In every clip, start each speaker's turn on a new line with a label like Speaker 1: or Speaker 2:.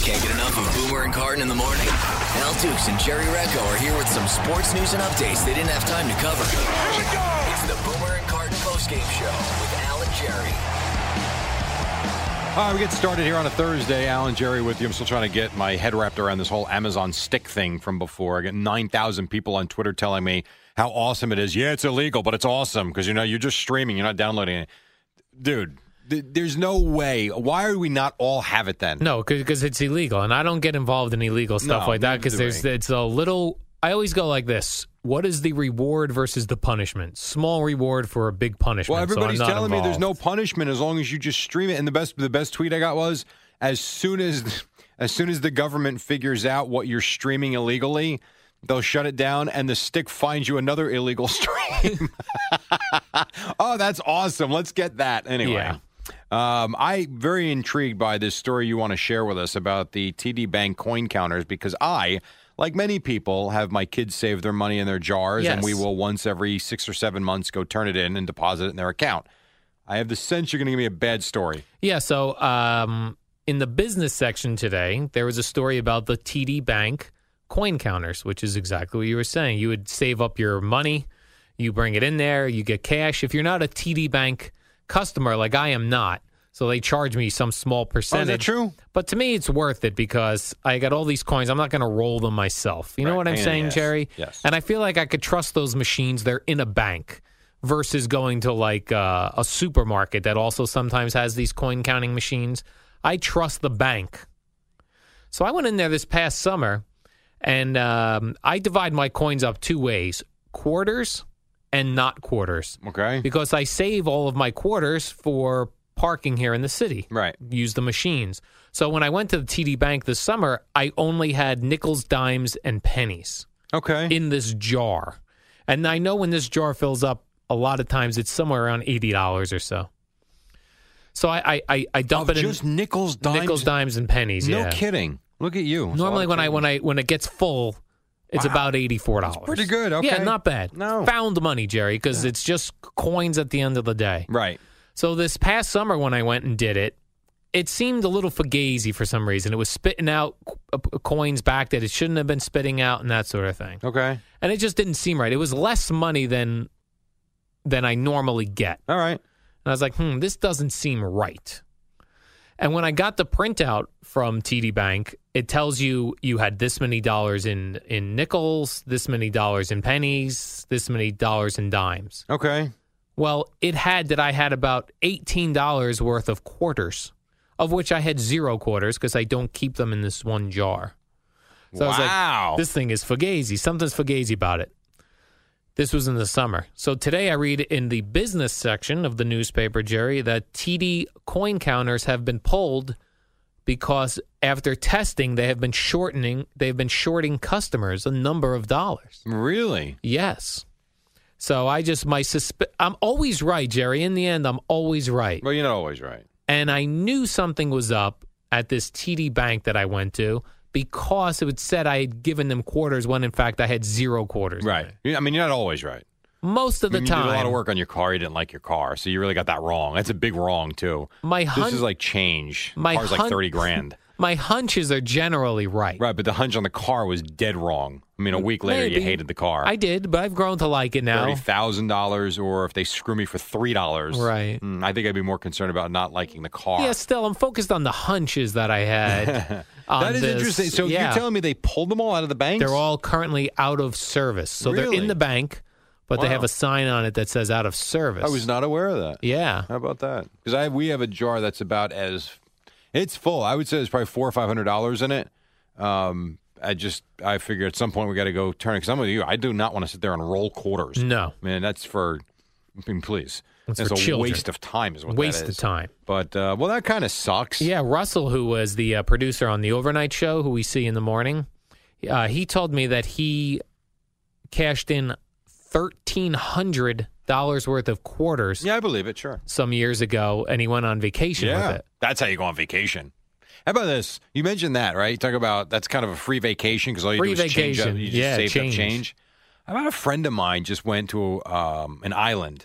Speaker 1: Can't get enough of Boomer and Carton in the morning. Al Dukes and Jerry Recco are here with some sports news and updates they didn't have time to cover. Here we go! It's the Boomer and Carton postgame show with Al and Jerry.
Speaker 2: All right, we get started here on a Thursday. Alan Jerry with you. I'm still trying to get my head wrapped around this whole Amazon stick thing from before. I got 9,000 people on Twitter telling me how awesome it is. Yeah, it's illegal, but it's awesome because you know you're just streaming, you're not downloading it. Dude, th- there's no way. Why are we not all have it then?
Speaker 3: No, because it's illegal, and I don't get involved in illegal stuff
Speaker 2: No,
Speaker 3: like that
Speaker 2: neither
Speaker 3: because
Speaker 2: do
Speaker 3: there's
Speaker 2: I.
Speaker 3: it's a little. I always go like this: What is the reward versus the punishment? Small reward for a big punishment.
Speaker 2: Well,
Speaker 3: so I'm
Speaker 2: everybody's
Speaker 3: not
Speaker 2: telling me there's no
Speaker 3: involved.
Speaker 2: punishment as long as you just stream it. And the best the best tweet I got was as soon as as soon as the government figures out what you're streaming illegally, they'll shut it down and the stick finds you another illegal stream. oh, that's awesome. Let's get that anyway.
Speaker 3: Yeah.
Speaker 2: Um, I very intrigued by this story you want to share with us about the TD Bank coin counters because I, like many people, have my kids save their money in their jars, and we
Speaker 3: Yes.
Speaker 2: will once every six or seven months go turn it in and deposit it in their account. I have the sense you're going to give me a bad story.
Speaker 3: Yeah. So, um, in the business section today, there was a story about the TD Bank coin counters, which is exactly what you were saying. You would save up your money, you bring it in there, you get cash. If you're not a TD Bank customer, like I am not, so they charge me some
Speaker 2: Oh,
Speaker 3: small
Speaker 2: is
Speaker 3: percentage.
Speaker 2: that true?
Speaker 3: But to me, it's worth it because I got all these coins. I'm not going to roll them myself. You know
Speaker 2: Right.
Speaker 3: what I'm
Speaker 2: Pain in the
Speaker 3: saying,
Speaker 2: ass.
Speaker 3: Jerry?
Speaker 2: Yes.
Speaker 3: And I feel like I could trust those machines. They're in a bank versus going to like uh, a supermarket that also sometimes has these coin counting machines. I trust the bank. So I went in there this past summer and um, I divide my coins up two ways quarters and not quarters
Speaker 2: Okay.
Speaker 3: because I save all of my quarters for parking here in the city
Speaker 2: Right.
Speaker 3: use the machines. So when I went to the TD Bank this summer, I only had nickels, dimes, and pennies
Speaker 2: Okay.
Speaker 3: in this jar. And I know when this jar fills up, a lot of times it's somewhere around eighty dollars or so. So I I, I, I dump
Speaker 2: Of
Speaker 3: it in
Speaker 2: just nickels, dimes.
Speaker 3: nickels, dimes, and pennies.
Speaker 2: No
Speaker 3: yeah.
Speaker 2: kidding. Look at you. That's a lot
Speaker 3: Normally
Speaker 2: of
Speaker 3: when I
Speaker 2: change.
Speaker 3: when I when it gets full, it's
Speaker 2: Wow.
Speaker 3: about eighty four dollars.
Speaker 2: pretty good,
Speaker 3: Yeah,
Speaker 2: okay.
Speaker 3: not bad.
Speaker 2: No.
Speaker 3: found money, Jerry, because it's just coins at the end of the day.
Speaker 2: Right.
Speaker 3: So this past summer when I went and did it, it seemed a little fugazi for some reason. It was spitting out co- coins back that it shouldn't have been spitting out and that sort of thing.
Speaker 2: Okay.
Speaker 3: And it just didn't seem right. It was less money than than I normally get.
Speaker 2: All right.
Speaker 3: And I was like, "Hmm, this doesn't seem right." And when I got the printout from TD Bank, it tells you you had this many dollars in in nickels, this many dollars in pennies, this many dollars in dimes.
Speaker 2: Okay.
Speaker 3: Well, it had that I had about $18 worth of quarters, of which I had zero quarters because I don't keep them in this one jar. So I
Speaker 2: wow.
Speaker 3: was like, this thing is fugazi. Something's fugazi about it. This was in the summer. So today I read in the business section of the newspaper, Jerry, that TD coin counters have been pulled because after testing, they have been shortening, they've been shorting customers a number of dollars.
Speaker 2: really?
Speaker 3: Yes. So I just my susp- I'm always right, Jerry. In the end, I'm always right.
Speaker 2: Well, you're not always right.
Speaker 3: And I knew something was up at this TD Bank that I went to because it would said I had given them quarters when in fact I had zero quarters. in
Speaker 2: Right.
Speaker 3: it.
Speaker 2: You- I mean, you're not always right.
Speaker 3: Most of the
Speaker 2: I mean,
Speaker 3: time,
Speaker 2: You did a lot of work on your car. You didn't like your car, so you really got that wrong. That's a big wrong too.
Speaker 3: My
Speaker 2: this
Speaker 3: hun-
Speaker 2: is like change.
Speaker 3: my
Speaker 2: Car's like
Speaker 3: hun-
Speaker 2: thirty grand,
Speaker 3: my hunches are generally right.
Speaker 2: right? But the hunch on the car was dead wrong. I mean, a week later, you
Speaker 3: Maybe.
Speaker 2: hated the car.
Speaker 3: I did, but I've grown to like it now.
Speaker 2: Thirty thousand dollars, or if they screw me for three dollars,
Speaker 3: Right.
Speaker 2: Mm, I think I'd be more concerned about not liking the car.
Speaker 3: Yeah, still, I'm focused on the hunches that I had. on
Speaker 2: that is
Speaker 3: this.
Speaker 2: interesting. So
Speaker 3: yeah.
Speaker 2: you're telling me they pulled them all out of the banks?
Speaker 3: They're all currently out of service. So they're
Speaker 2: Really?
Speaker 3: in the bank, but they have
Speaker 2: Wow.
Speaker 3: a sign on it that says out of service.
Speaker 2: I was not aware of that.
Speaker 3: yeah.
Speaker 2: How about that? Because I we have a jar that's about as it's full. I would say there's probably four or five hundred dollars in it. Um, I just I figure at some point we got to go turn it. Because I'm with you. I do not want to sit there and roll quarters.
Speaker 3: No.
Speaker 2: man, that's for. I mean, please,
Speaker 3: Mm. That's
Speaker 2: that's
Speaker 3: for
Speaker 2: a
Speaker 3: children.
Speaker 2: waste of time. Is what that
Speaker 3: Waste of
Speaker 2: is.
Speaker 3: time.
Speaker 2: But uh, well, that kind of sucks.
Speaker 3: Yeah, Russell, who was the uh, producer on the overnight show, who we see in the morning, uh, he told me that he cashed in thirteen hundred dollars worth of quarters
Speaker 2: yeah, I believe it. Sure.
Speaker 3: some years ago, and he went on vacation
Speaker 2: yeah,
Speaker 3: with it.
Speaker 2: that's how you go on vacation. How about this? You mentioned that, right? You talk about that's kind of a free vacation because all you
Speaker 3: Free
Speaker 2: do is change up.
Speaker 3: vacation.
Speaker 2: You just
Speaker 3: Yeah,
Speaker 2: save
Speaker 3: change.
Speaker 2: up change. About a friend of mine just went to um, an island,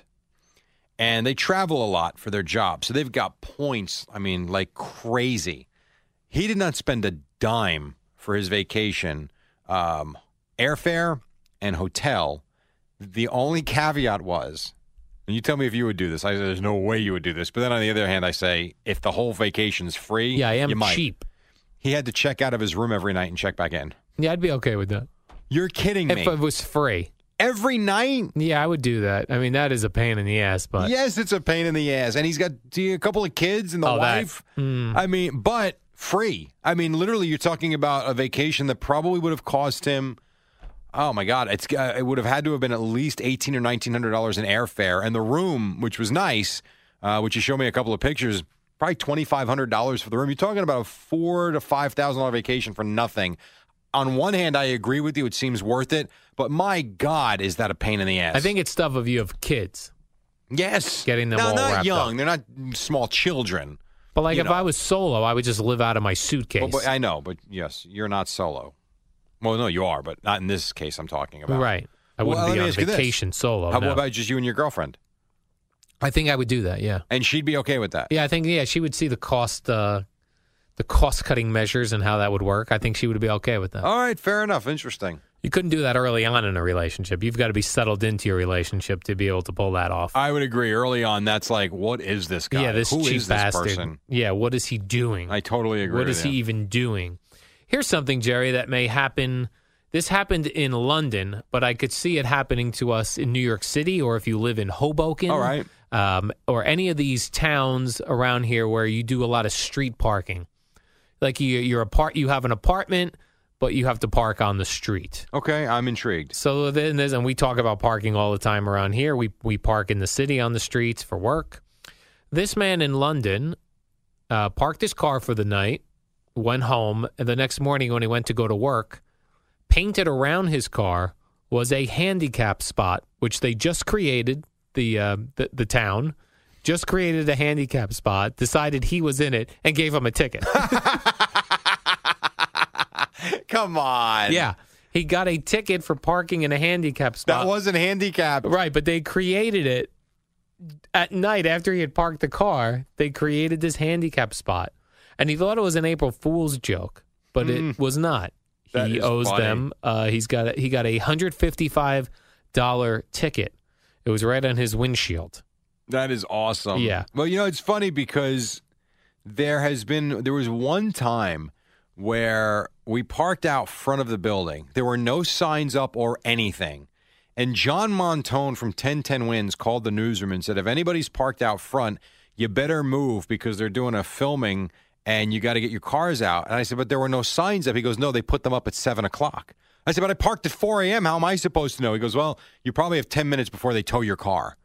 Speaker 2: and they travel a lot for their job, so they've got points. I mean, like crazy. He did not spend a dime for his vacation, um, airfare and hotel. The only caveat was and you tell me if you would do this. I there's no way you would do this. But then on the other hand, I say if the whole vacation's free,
Speaker 3: Yeah, I am
Speaker 2: you might.
Speaker 3: cheap.
Speaker 2: He had to check out of his room every night and check back in.
Speaker 3: Yeah, I'd be okay with that
Speaker 2: You're kidding me.
Speaker 3: if it was free.
Speaker 2: every night?
Speaker 3: Yeah, I would do that. I mean, that is a pain in the ass, but
Speaker 2: yes, it's a pain in the ass. And he's got a couple of kids and the
Speaker 3: Oh, that-
Speaker 2: wife. I mean, but free. I mean, literally, you're talking about a vacation that probably would have cost him. Oh my God! It's uh, it would have had to have been at least eighteen or nineteen hundred dollars in airfare, and the room, which was nice, uh, which you showed me a couple of pictures, probably twenty five hundred dollars for the room. You're talking about a four to five thousand dollar vacation for nothing. On one hand, I agree with you; it seems worth it, but my God, is that a pain in the ass?
Speaker 3: I think it's stuff of you have kids.
Speaker 2: Yes,
Speaker 3: Getting them
Speaker 2: no,
Speaker 3: all
Speaker 2: not
Speaker 3: wrapped
Speaker 2: young. They're not small children.
Speaker 3: But like,
Speaker 2: You
Speaker 3: if
Speaker 2: know.
Speaker 3: I was solo, I would just live out of my suitcase.
Speaker 2: Well, but I know, but yes, you're not solo. Well, no, you are, but not in this case. I'm talking about
Speaker 3: right. I
Speaker 2: Well,
Speaker 3: wouldn't
Speaker 2: let
Speaker 3: be
Speaker 2: me
Speaker 3: on
Speaker 2: ask you this.
Speaker 3: vacation solo.
Speaker 2: How
Speaker 3: no.
Speaker 2: about just you and your girlfriend?
Speaker 3: I think I would do that. Yeah.
Speaker 2: And she'd be okay with that.
Speaker 3: Yeah, I think yeah she would see the cost, uh, the cost cutting measures and how that would work. I think she would be okay with that.
Speaker 2: All right, fair enough. Interesting.
Speaker 3: You couldn't do that early on in a relationship. You've got to be settled into your relationship to be able to pull that off.
Speaker 2: I would agree. Early on, that's like, what is this guy?
Speaker 3: yeah, this
Speaker 2: Oh, Who
Speaker 3: cheap
Speaker 2: is this
Speaker 3: bastard.
Speaker 2: person?
Speaker 3: Yeah, what is he doing?
Speaker 2: I totally agree.
Speaker 3: What
Speaker 2: with
Speaker 3: is
Speaker 2: you.
Speaker 3: he even doing? Here's something, Jerry, that may happen. This happened in London, but I could see it happening to us in New York City, or if you live in Hoboken,
Speaker 2: All right.
Speaker 3: um, or any of these towns around here where you do a lot of street parking. Like you, you're a part, you have an apartment, but you have to park on the street.
Speaker 2: Okay, I'm intrigued.
Speaker 3: So then there's, and we talk about parking all the time around here. We we park in the city on the streets for work. This man in London uh, parked his car for the night, went home, and the next morning when he went to go to work, painted around his car was a handicap spot, which they just created the uh, the, the town. Just created a handicap spot, decided he was in it, and gave him a ticket.
Speaker 2: Come on.
Speaker 3: yeah. Uh, He got a ticket for parking in a handicap spot.
Speaker 2: That wasn't handicapped.
Speaker 3: Right, but they created it at night after he had parked the car. They created this handicap spot, and he thought it was an April Fool's joke, but it was not.
Speaker 2: Mm. That
Speaker 3: He
Speaker 2: is
Speaker 3: owes
Speaker 2: funny.
Speaker 3: them. Uh, he's got a, he got a hundred fifty five dollar ticket. It was right on his windshield.
Speaker 2: That is awesome.
Speaker 3: Yeah.
Speaker 2: Well, you know, it's funny because there has been there was one time where we parked out front of the building. There were no signs up or anything. And John Montone from 1010 Wins called the newsroom and said, if anybody's parked out front, you better move because they're doing a filming and you got to get your cars out. And I said, but there were no signs up. He goes, no, they put them up at 7 o'clock. I said, but I parked at 4 a.m. How am I supposed to know? He goes, well, you probably have 10 minutes before they tow your car.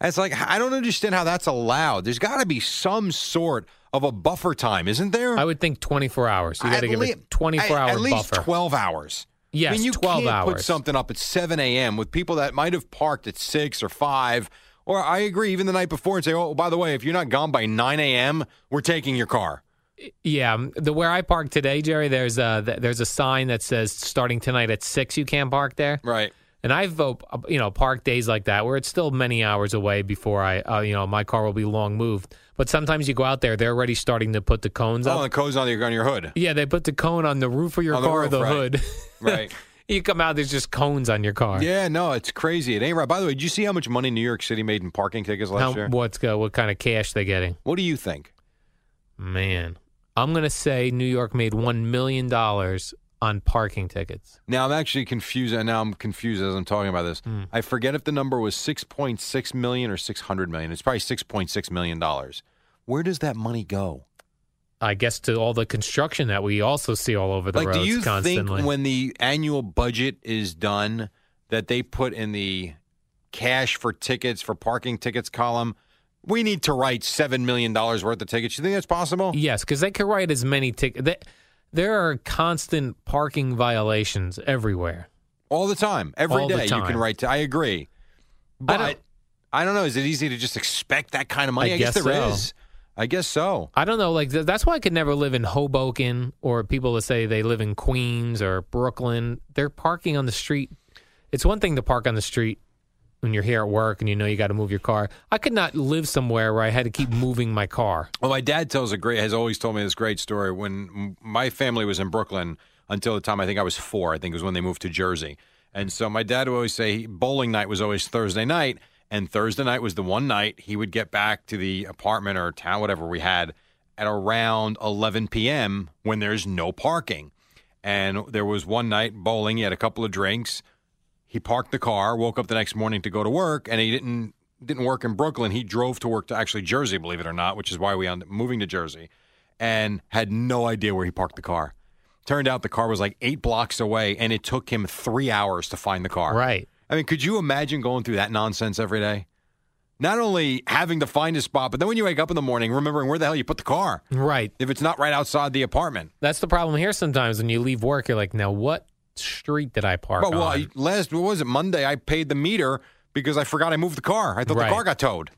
Speaker 2: And it's like, I don't understand how that's allowed. There's got to be some sort of a buffer time, isn't there?
Speaker 3: I would think twenty four hours. You got to
Speaker 2: At
Speaker 3: give
Speaker 2: lea-
Speaker 3: it twenty four
Speaker 2: at-
Speaker 3: hour
Speaker 2: At least
Speaker 3: buffer.
Speaker 2: 12 hours.
Speaker 3: Yes,
Speaker 2: I mean, you
Speaker 3: 12
Speaker 2: can't put
Speaker 3: hours.
Speaker 2: something up at 7 a.m. with people that might have parked at 6 or 5. Or I agree, even the night before, and say, oh, by the way, if you're not gone by 9 a.m., we're taking your car.
Speaker 3: Yeah, um, the where I parked today, Jerry. There's a th- there's a sign that says starting tonight at six. You can't park there.
Speaker 2: Right.
Speaker 3: And I've uh, you know parked days like that where it's still many hours away before I uh, you know my car will be long moved. But sometimes you go out there, they're already starting to put the cones
Speaker 2: Oh,
Speaker 3: up.
Speaker 2: the code's on your, on your hood.
Speaker 3: Yeah, they put the cone on the roof of your
Speaker 2: On the
Speaker 3: car, or
Speaker 2: roof,
Speaker 3: the
Speaker 2: right.
Speaker 3: hood.
Speaker 2: Right.
Speaker 3: you come out, there's just cones on your car.
Speaker 2: yeah, no, it's crazy. It ain't right. By the way, did you see how much money New York City made in parking tickets last
Speaker 3: How,
Speaker 2: year?
Speaker 3: what's go? What kind of cash they getting?
Speaker 2: What do you think?
Speaker 3: Man, I'm gonna say New York made one million dollars on parking tickets.
Speaker 2: Now I'm actually confused, and now I'm confused as I'm talking about this.
Speaker 3: Hmm.
Speaker 2: I forget if the number was 6.6 million or 600 million. It's probably 6.6 million dollars. Where does that money go?
Speaker 3: I guess to all the construction that we also see all over the
Speaker 2: like,
Speaker 3: roads
Speaker 2: do you
Speaker 3: constantly.
Speaker 2: think when the annual budget is done that they put in the cash for tickets for parking tickets column? We need to write seven million dollars worth of tickets. You think that's possible?
Speaker 3: Yes, because they could write as many tickets. There are constant parking violations everywhere.
Speaker 2: All the time, every day.
Speaker 3: All the
Speaker 2: you can
Speaker 3: time.
Speaker 2: write. To, I agree, but I
Speaker 3: don't-
Speaker 2: don't, know. Is it easy to just expect that kind of money?
Speaker 3: I
Speaker 2: guess,
Speaker 3: guess
Speaker 2: there is.
Speaker 3: so.
Speaker 2: I guess so.
Speaker 3: I don't know. Like th- that's why I could never live in Hoboken or people that say they live in Queens or Brooklyn. They're parking on the street. It's one thing to park on the street when you're here at work and you know you got to move your car. I could not live somewhere where I had to keep moving my car.
Speaker 2: Well, my dad tells a great has always told me this great story. When m- my family was in Brooklyn until the time I think I was four, I think it was when they moved to Jersey. And so my dad would always say bowling night was always Thursday night, and Thursday night was the one night he would get back to the apartment or town, whatever we had, at around 11 p.m. when there's no parking. And there was one night bowling, he had a couple of drinks, he parked the car, woke up the next morning to go to work, and he didn't didn't work in Brooklyn. He drove to work to actually Jersey, believe it or not, which is why we ended up moving to Jersey, and had no idea where he parked the car. Turned out the car was like eight blocks away, and it took him three hours to find the car.
Speaker 3: Right.
Speaker 2: I mean, could you imagine going through that nonsense every day? Not only having to find a spot, but then when you wake up in the morning, remembering where the hell you put the car
Speaker 3: Right.
Speaker 2: if it's not right outside the apartment.
Speaker 3: That's the problem here sometimes when you leave work you're like, "Now what street did I park
Speaker 2: But well,
Speaker 3: on?"
Speaker 2: I- last what was it Monday? I paid the meter because I forgot I moved the car. I thought
Speaker 3: Right.
Speaker 2: the car got towed.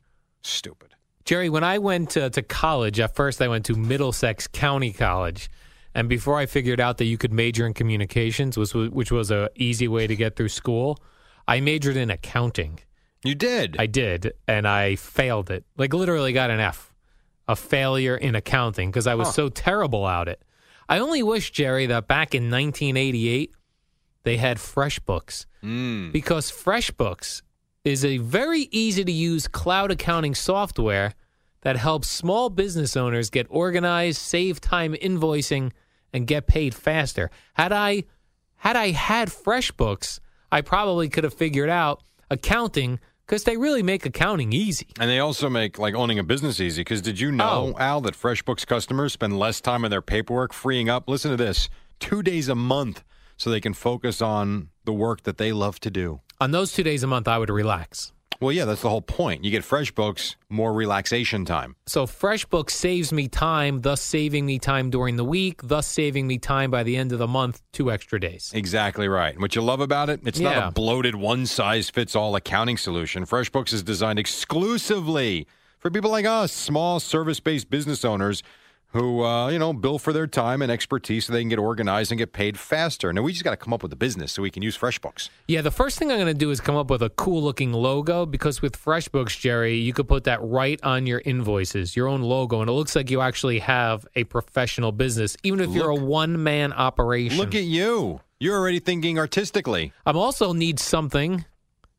Speaker 2: Stupid.
Speaker 3: Jerry, when I went to, to college, at first I went to Middlesex County College. And before I figured out that you could major in communications, was which was a easy way to get through school, I majored in accounting.
Speaker 2: You did.
Speaker 3: I did, and I failed it. Like literally got an F, a failure in accounting because I was so terrible at it. I only wish Jerry that back in 1988 they had FreshBooks because FreshBooks is a very easy to use cloud accounting software that helps small business owners get organized, save time invoicing, and get paid faster. Had I had I had FreshBooks, I probably could have figured out accounting because they really make accounting easy.
Speaker 2: and they also make like owning a business easy. Because did you know,
Speaker 3: Oh.
Speaker 2: Al, that FreshBooks customers spend less time on their paperwork, freeing up. Listen to this: two days a month, so they can focus on the work that they love to do.
Speaker 3: On those two days a month, I would relax.
Speaker 2: Well, yeah, that's the whole point. You get FreshBooks, more relaxation time.
Speaker 3: So FreshBooks saves me time, thus saving me time during the week, thus saving me time by the end of the month, two extra days.
Speaker 2: Exactly right. And What you love about it, it's not
Speaker 3: Yeah.
Speaker 2: a bloated one size fits all accounting solution. FreshBooks is designed exclusively for people like us, small service based business owners who, uh, you know, bill for their time and expertise so they can get organized and get paid faster. Now, we just got to come up with a business so we can use FreshBooks.
Speaker 3: Yeah, the first thing I'm going to do is come up with a cool looking logo because with FreshBooks, Jerry, you could put that right on your invoices, your own logo, and it looks like you actually have a professional business, even if you're a one man operation.
Speaker 2: Look at you. You're already thinking artistically.
Speaker 3: I'm also need something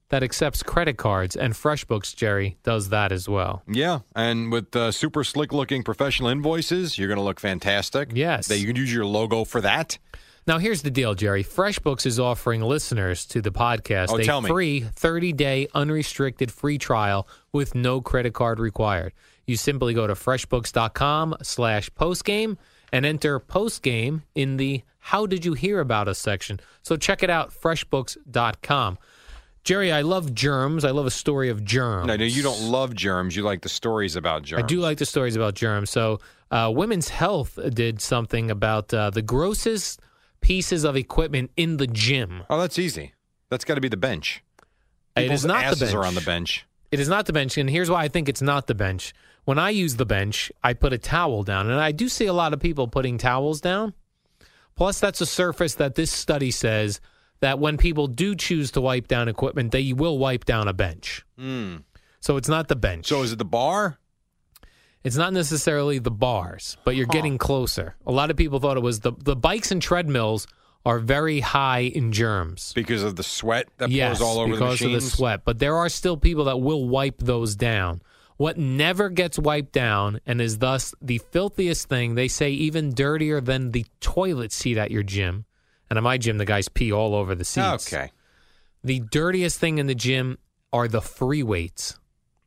Speaker 3: that accepts credit cards, and FreshBooks, Jerry, does that as well.
Speaker 2: Yeah. And with uh, super slick looking professional invoices, you're going to look fantastic.
Speaker 3: Yes.
Speaker 2: They, you can use your logo for that.
Speaker 3: Now, here's the deal, Jerry. FreshBooks is offering listeners to the podcast
Speaker 2: Oh,
Speaker 3: a
Speaker 2: tell me.
Speaker 3: free 30 day unrestricted free trial with no credit card required. You simply go to freshbooks.com slash postgame and enter postgame in the How Did You Hear About Us section. So check it out, freshbooks.com. Jerry, I love germs. I love a story of germs.
Speaker 2: No, no, you don't love germs. You like the stories about germs.
Speaker 3: Oh, I do like the stories about germs. So, uh, Women's Health did something about uh, the grossest pieces of equipment in the gym.
Speaker 2: Oh, that's easy. That's got to be the bench.
Speaker 3: it is
Speaker 2: People's
Speaker 3: not
Speaker 2: asses
Speaker 3: the bench.
Speaker 2: are on the bench.
Speaker 3: It is not the bench, and here's why I think it's not the bench. When I use the bench, I put a towel down, and I do see a lot of people putting towels down. Plus, that's a surface that this study says that when people do choose to wipe down equipment, they will wipe down a bench. So it's not the bench.
Speaker 2: Hmm. So is it the bar?
Speaker 3: It's not necessarily the bars, but you're getting closer. A lot of people thought it was the the bikes and treadmills are very high in germs.
Speaker 2: Because of the sweat that
Speaker 3: yes,
Speaker 2: pours all over
Speaker 3: because
Speaker 2: the machines?
Speaker 3: of the sweat. But there are still people that will wipe those down. What never gets wiped down and is thus the filthiest thing, they say even dirtier than the toilet seat at your gym, And at my gym, the guys pee all over the seats.
Speaker 2: Okay.
Speaker 3: The dirtiest thing in the gym are the free weights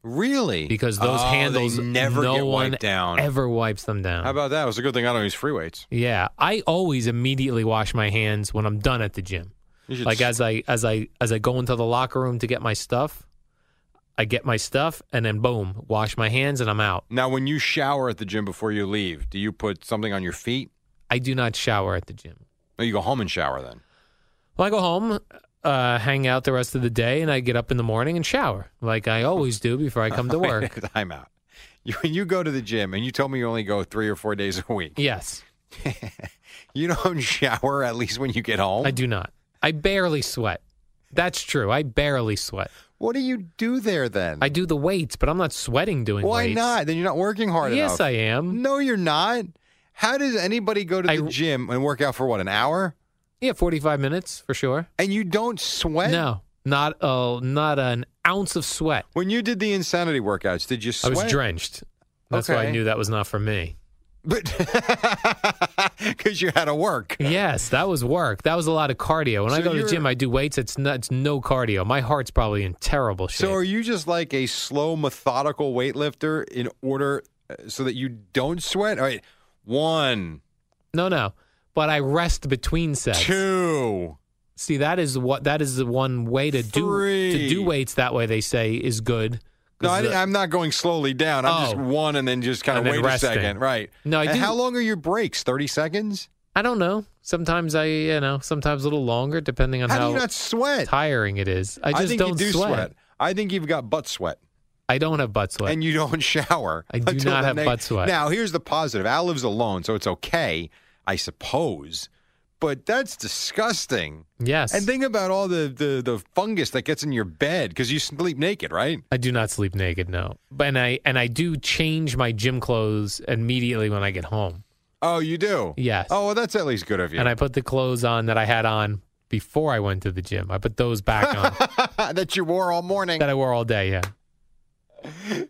Speaker 2: Really?
Speaker 3: because those
Speaker 2: Oh, they
Speaker 3: handles
Speaker 2: never
Speaker 3: no
Speaker 2: get
Speaker 3: one
Speaker 2: wiped down.
Speaker 3: ever wipes them down.
Speaker 2: How about that? It was a good thing I don't use free weights.
Speaker 3: yeah, I always immediately wash my hands when I'm done at the gym.
Speaker 2: You should
Speaker 3: Like
Speaker 2: s-
Speaker 3: as I as I as I go into the locker room to get my stuff, I get my stuff and then boom, wash my hands and I'm out.
Speaker 2: now, when you shower at the gym before you leave, do you put something on your feet?
Speaker 3: I do not shower at the gym.
Speaker 2: No, you go home and shower then.
Speaker 3: Well, I go home, uh, hang out the rest of the day, and I get up in the morning and shower like I always do before I come to work.
Speaker 2: I'm out. You, when you go to the gym, and you told me you only go three or four days a week.
Speaker 3: yes,
Speaker 2: You don't shower at least when you get home.
Speaker 3: I do not. I barely sweat. That's true. I barely sweat.
Speaker 2: What do you do there then?
Speaker 3: I do the weights, but I'm not sweating doing
Speaker 2: Why
Speaker 3: weights.
Speaker 2: not? Then you're not working hard
Speaker 3: Yes,
Speaker 2: enough. Mm.
Speaker 3: I am.
Speaker 2: No, you're not. How does anybody go to the
Speaker 3: I-
Speaker 2: gym and work out for what an hour?
Speaker 3: Yeah, 45 minutes for sure.
Speaker 2: And you don't sweat?
Speaker 3: No, not uh, not an ounce of sweat.
Speaker 2: When you did the insanity workouts, did you sweat?
Speaker 3: I was drenched. That's why I
Speaker 2: Okay.
Speaker 3: knew that was not for me.
Speaker 2: But because you had to work.
Speaker 3: Yes, that was work. That was a lot of cardio. When I
Speaker 2: So
Speaker 3: go to the
Speaker 2: you're-
Speaker 3: gym, I do weights. It's not, it's no cardio. My heart's probably in terrible shape.
Speaker 2: So are you just like a slow, methodical weightlifter in order uh, so that you don't sweat? All right, one,
Speaker 3: No, no. But I rest between sets.
Speaker 2: two.
Speaker 3: See, that is what that is the one way to do to
Speaker 2: Three.
Speaker 3: do weights that way. They say is good.
Speaker 2: No,
Speaker 3: 'Cause
Speaker 2: I,
Speaker 3: the-
Speaker 2: am not going slowly down. I'm just
Speaker 3: Oh.
Speaker 2: one and then just kind of
Speaker 3: And then
Speaker 2: wait
Speaker 3: resting.
Speaker 2: a second. Right.
Speaker 3: No, I
Speaker 2: And
Speaker 3: do-
Speaker 2: How long are your breaks? 30 seconds?
Speaker 3: I don't know. Sometimes I, you know, sometimes a little longer depending on
Speaker 2: How,
Speaker 3: how,
Speaker 2: do you not sweat?
Speaker 3: tiring it is. I just
Speaker 2: think
Speaker 3: don't
Speaker 2: you do
Speaker 3: sweat.
Speaker 2: I think you've got butt sweat,
Speaker 3: I don't have butt sweat.
Speaker 2: and you don't shower.
Speaker 3: I do
Speaker 2: until
Speaker 3: not
Speaker 2: the
Speaker 3: have
Speaker 2: next-
Speaker 3: butt sweat.
Speaker 2: Now, here's the positive. Al lives alone, so it's okay, I suppose. But that's disgusting.
Speaker 3: yes.
Speaker 2: And think about all the, the, the fungus that gets in your bed because you sleep naked, right?
Speaker 3: I do not sleep naked, no. But and I and I do change my gym clothes immediately when I get home.
Speaker 2: Oh, you do?
Speaker 3: Yes.
Speaker 2: Oh, well, that's at least good of you.
Speaker 3: And I put the clothes on that I had on before I went to the gym. I put those back on
Speaker 2: that you wore all morning.
Speaker 3: that I wore all day, yeah.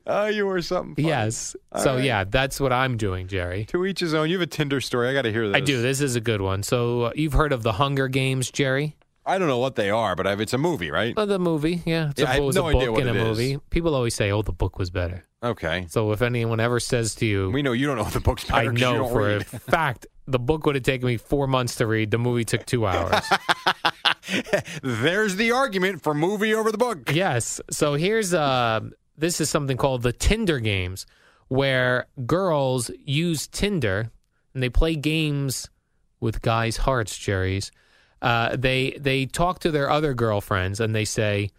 Speaker 2: oh, you were something. funny.
Speaker 3: Yes.
Speaker 2: All
Speaker 3: so
Speaker 2: right.
Speaker 3: yeah, that's what I'm doing, Jerry.
Speaker 2: To each his own. You have a Tinder story. I got to hear this.
Speaker 3: I do. This is a good one. So uh, you've heard of the Hunger Games, Jerry?
Speaker 2: I don't know what they are, but I've, it's a movie, right?
Speaker 3: Oh, the movie, yeah. It's
Speaker 2: Yeah, I
Speaker 3: a,
Speaker 2: have
Speaker 3: it was
Speaker 2: no
Speaker 3: a
Speaker 2: idea
Speaker 3: book
Speaker 2: what
Speaker 3: and a
Speaker 2: it is.
Speaker 3: movie. People always say, "Oh, the book was better."
Speaker 2: Okay.
Speaker 3: So if anyone ever says to you,
Speaker 2: We know you don't know the books
Speaker 3: "I
Speaker 2: better 'cause you
Speaker 3: know
Speaker 2: don't
Speaker 3: for a
Speaker 2: read.
Speaker 3: fact the book would have taken me four months to read, the movie took two hours."
Speaker 2: There's the argument for movie over the book.
Speaker 3: yes. So here's uh, this is something called the Tinder games, where girls use Tinder and they play games with guys' hearts, Jerry's. Uh, they they talk to their other girlfriends and they say,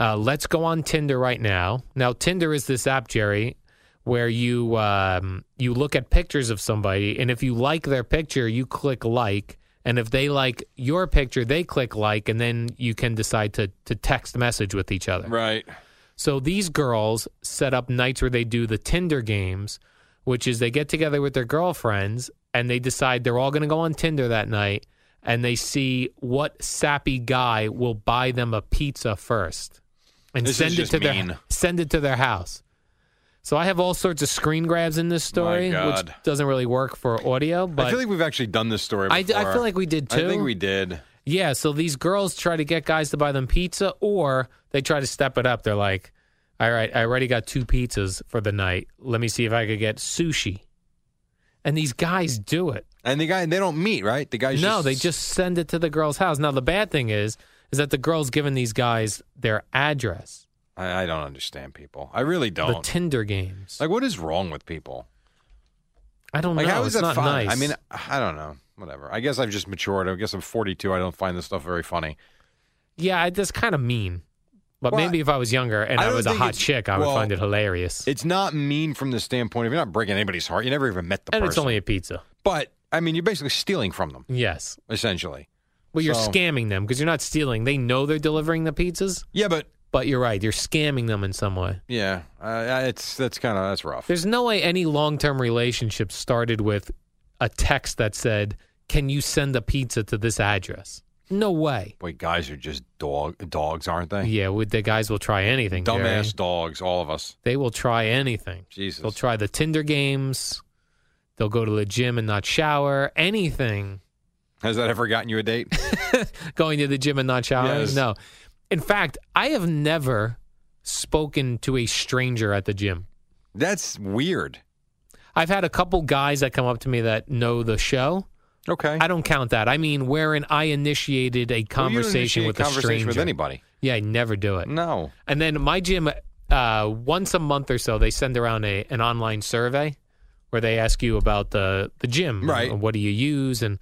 Speaker 3: uh, "Let's go on Tinder right now." Now Tinder is this app, Jerry, where you um, you look at pictures of somebody, and if you like their picture, you click like, and if they like your picture, they click like, and then you can decide to to text message with each other.
Speaker 2: Right.
Speaker 3: So these girls set up nights where they do the Tinder games, which is they get together with their girlfriends and they decide they're all going to go on Tinder that night and they see what sappy guy will buy them a pizza first and
Speaker 2: This is
Speaker 3: send it
Speaker 2: just
Speaker 3: to
Speaker 2: mean.
Speaker 3: their send it to their house. So I have all sorts of screen grabs in this story, which
Speaker 2: God.
Speaker 3: doesn't really work for audio, but
Speaker 2: I feel like we've actually done this story
Speaker 3: I, d-
Speaker 2: before.
Speaker 3: I feel like we did too.
Speaker 2: I think we did.
Speaker 3: Yeah, so these girls try to get guys to buy them pizza or they try to step it up. They're like, "All right, I already got two pizzas for the night. Let me see if I could get sushi." And these guys do it.
Speaker 2: And the guy, they don't meet, right? The guys.
Speaker 3: no,
Speaker 2: just,
Speaker 3: they just send it to the girl's house. Now the bad thing is is that the girl's giving these guys their address.
Speaker 2: I, I don't understand people. I really
Speaker 3: The
Speaker 2: don't.
Speaker 3: Tinder games.
Speaker 2: like, what is wrong with people?
Speaker 3: I don't
Speaker 2: Like,
Speaker 3: know.
Speaker 2: how is
Speaker 3: it's
Speaker 2: that
Speaker 3: not
Speaker 2: fun?
Speaker 3: nice.
Speaker 2: I mean, I don't know. Whatever. I guess I've just matured. I guess I'm 42. I don't find this stuff very funny.
Speaker 3: yeah, I- that's kind of mean. But
Speaker 2: Well,
Speaker 3: maybe if I was younger and
Speaker 2: I
Speaker 3: I,
Speaker 2: don't
Speaker 3: was a
Speaker 2: think
Speaker 3: hot
Speaker 2: it's-
Speaker 3: chick, I would
Speaker 2: well,
Speaker 3: find it hilarious.
Speaker 2: It's not mean from the standpoint of you're not breaking anybody's heart. You never even met the
Speaker 3: and
Speaker 2: person.
Speaker 3: it's only a pizza.
Speaker 2: but I mean, you're basically stealing from them,
Speaker 3: Yes.
Speaker 2: essentially.
Speaker 3: Well, you're
Speaker 2: So-
Speaker 3: scamming them because you're not stealing. They know they're delivering the pizzas,
Speaker 2: Yeah, but
Speaker 3: but you're right. You're scamming them in some way.
Speaker 2: yeah, uh, it's that's kind of that's rough.
Speaker 3: There's no way any long term relationship started with a text that said, Can you send a pizza to this address? No way.
Speaker 2: Boy, guys are just dog dogs, aren't they?
Speaker 3: Yeah, we, the guys will try anything. Jerry.
Speaker 2: Dumbass dogs, all of us.
Speaker 3: They will try anything.
Speaker 2: Jesus.
Speaker 3: They'll try the Tinder games. They'll go to the gym and not shower. Anything
Speaker 2: Has that ever gotten you a date?
Speaker 3: going to the gym and not showering.
Speaker 2: Yes.
Speaker 3: No. In fact, I have never spoken to a stranger at the gym.
Speaker 2: That's weird.
Speaker 3: I've had a couple guys that come up to me that know the show.
Speaker 2: Okay.
Speaker 3: I don't count that. I mean, wherein I initiated a
Speaker 2: Well, you don't
Speaker 3: conversation
Speaker 2: initiate
Speaker 3: with a
Speaker 2: conversation
Speaker 3: stranger.
Speaker 2: with anybody. Mm.
Speaker 3: Yeah, I never do it.
Speaker 2: No.
Speaker 3: And then my gym, uh, once a month or so, they send around a, an online survey where they ask you about the the gym,
Speaker 2: Right.
Speaker 3: And what do you use and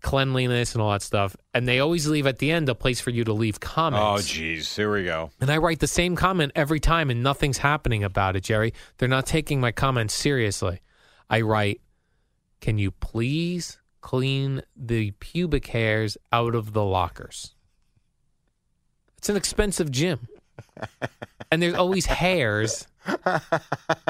Speaker 3: cleanliness and all that stuff. And they always leave at the end a place for you to leave
Speaker 2: Oh,
Speaker 3: comments.
Speaker 2: geez. Here we go.
Speaker 3: And I write the same comment every time, and nothing's happening about it, Jerry. They're not taking my comments seriously. I write, Can you please clean the pubic hairs out of the lockers? It's an expensive gym. and there's always hairs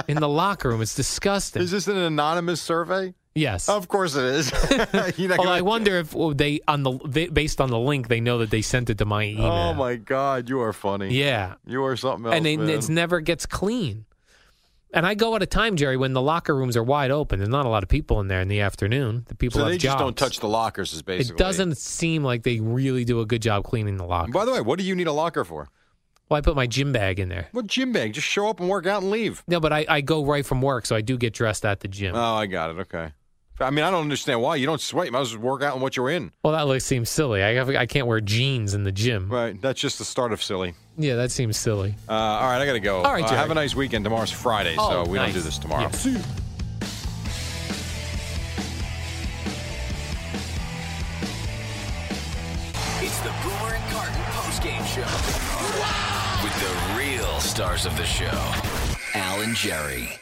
Speaker 3: in the locker room. It's disgusting.
Speaker 2: Is Oh, this an anonymous survey?
Speaker 3: yes.
Speaker 2: Of course it is. You're not
Speaker 3: Although
Speaker 2: gonna-
Speaker 3: I wonder if well, they on the they, based on the link they know that they sent it to my email.
Speaker 2: Oh my God, you are funny.
Speaker 3: Yeah.
Speaker 2: You are something else.
Speaker 3: and it,
Speaker 2: man.
Speaker 3: it's never gets clean. And I go at a time, Jerry, when the locker rooms are wide open. There's not a lot of people in there in the afternoon. The people
Speaker 2: so
Speaker 3: have
Speaker 2: they just don't
Speaker 3: jobs.
Speaker 2: touch the lockers, is basically.
Speaker 3: It doesn't seem like they really do a good job cleaning the locker.
Speaker 2: By the way, what do you need a locker for?
Speaker 3: Well, I put my gym bag in there.
Speaker 2: What gym bag? Just show up and work out and leave.
Speaker 3: No, but I, I go right from work, so I do get dressed at the gym.
Speaker 2: Oh, I got it. Okay. I mean, I don't understand why you don't sweat. You might as well work out in what you're in.
Speaker 3: well, that looks seems silly. I have, I can't wear jeans in the gym.
Speaker 2: Right. That's just the start of silly.
Speaker 3: Yeah, that seems silly.
Speaker 2: Uh, all right, I got to go.
Speaker 3: All right,
Speaker 2: Uh,
Speaker 3: Jerry.
Speaker 2: have a nice weekend. Tomorrow's Friday,
Speaker 3: Oh,
Speaker 2: so we
Speaker 3: nice.
Speaker 2: don't do this tomorrow.
Speaker 3: Yeah. See you.
Speaker 1: It's the Boomer and Carton postgame show with the real stars of the show, Al and Jerry.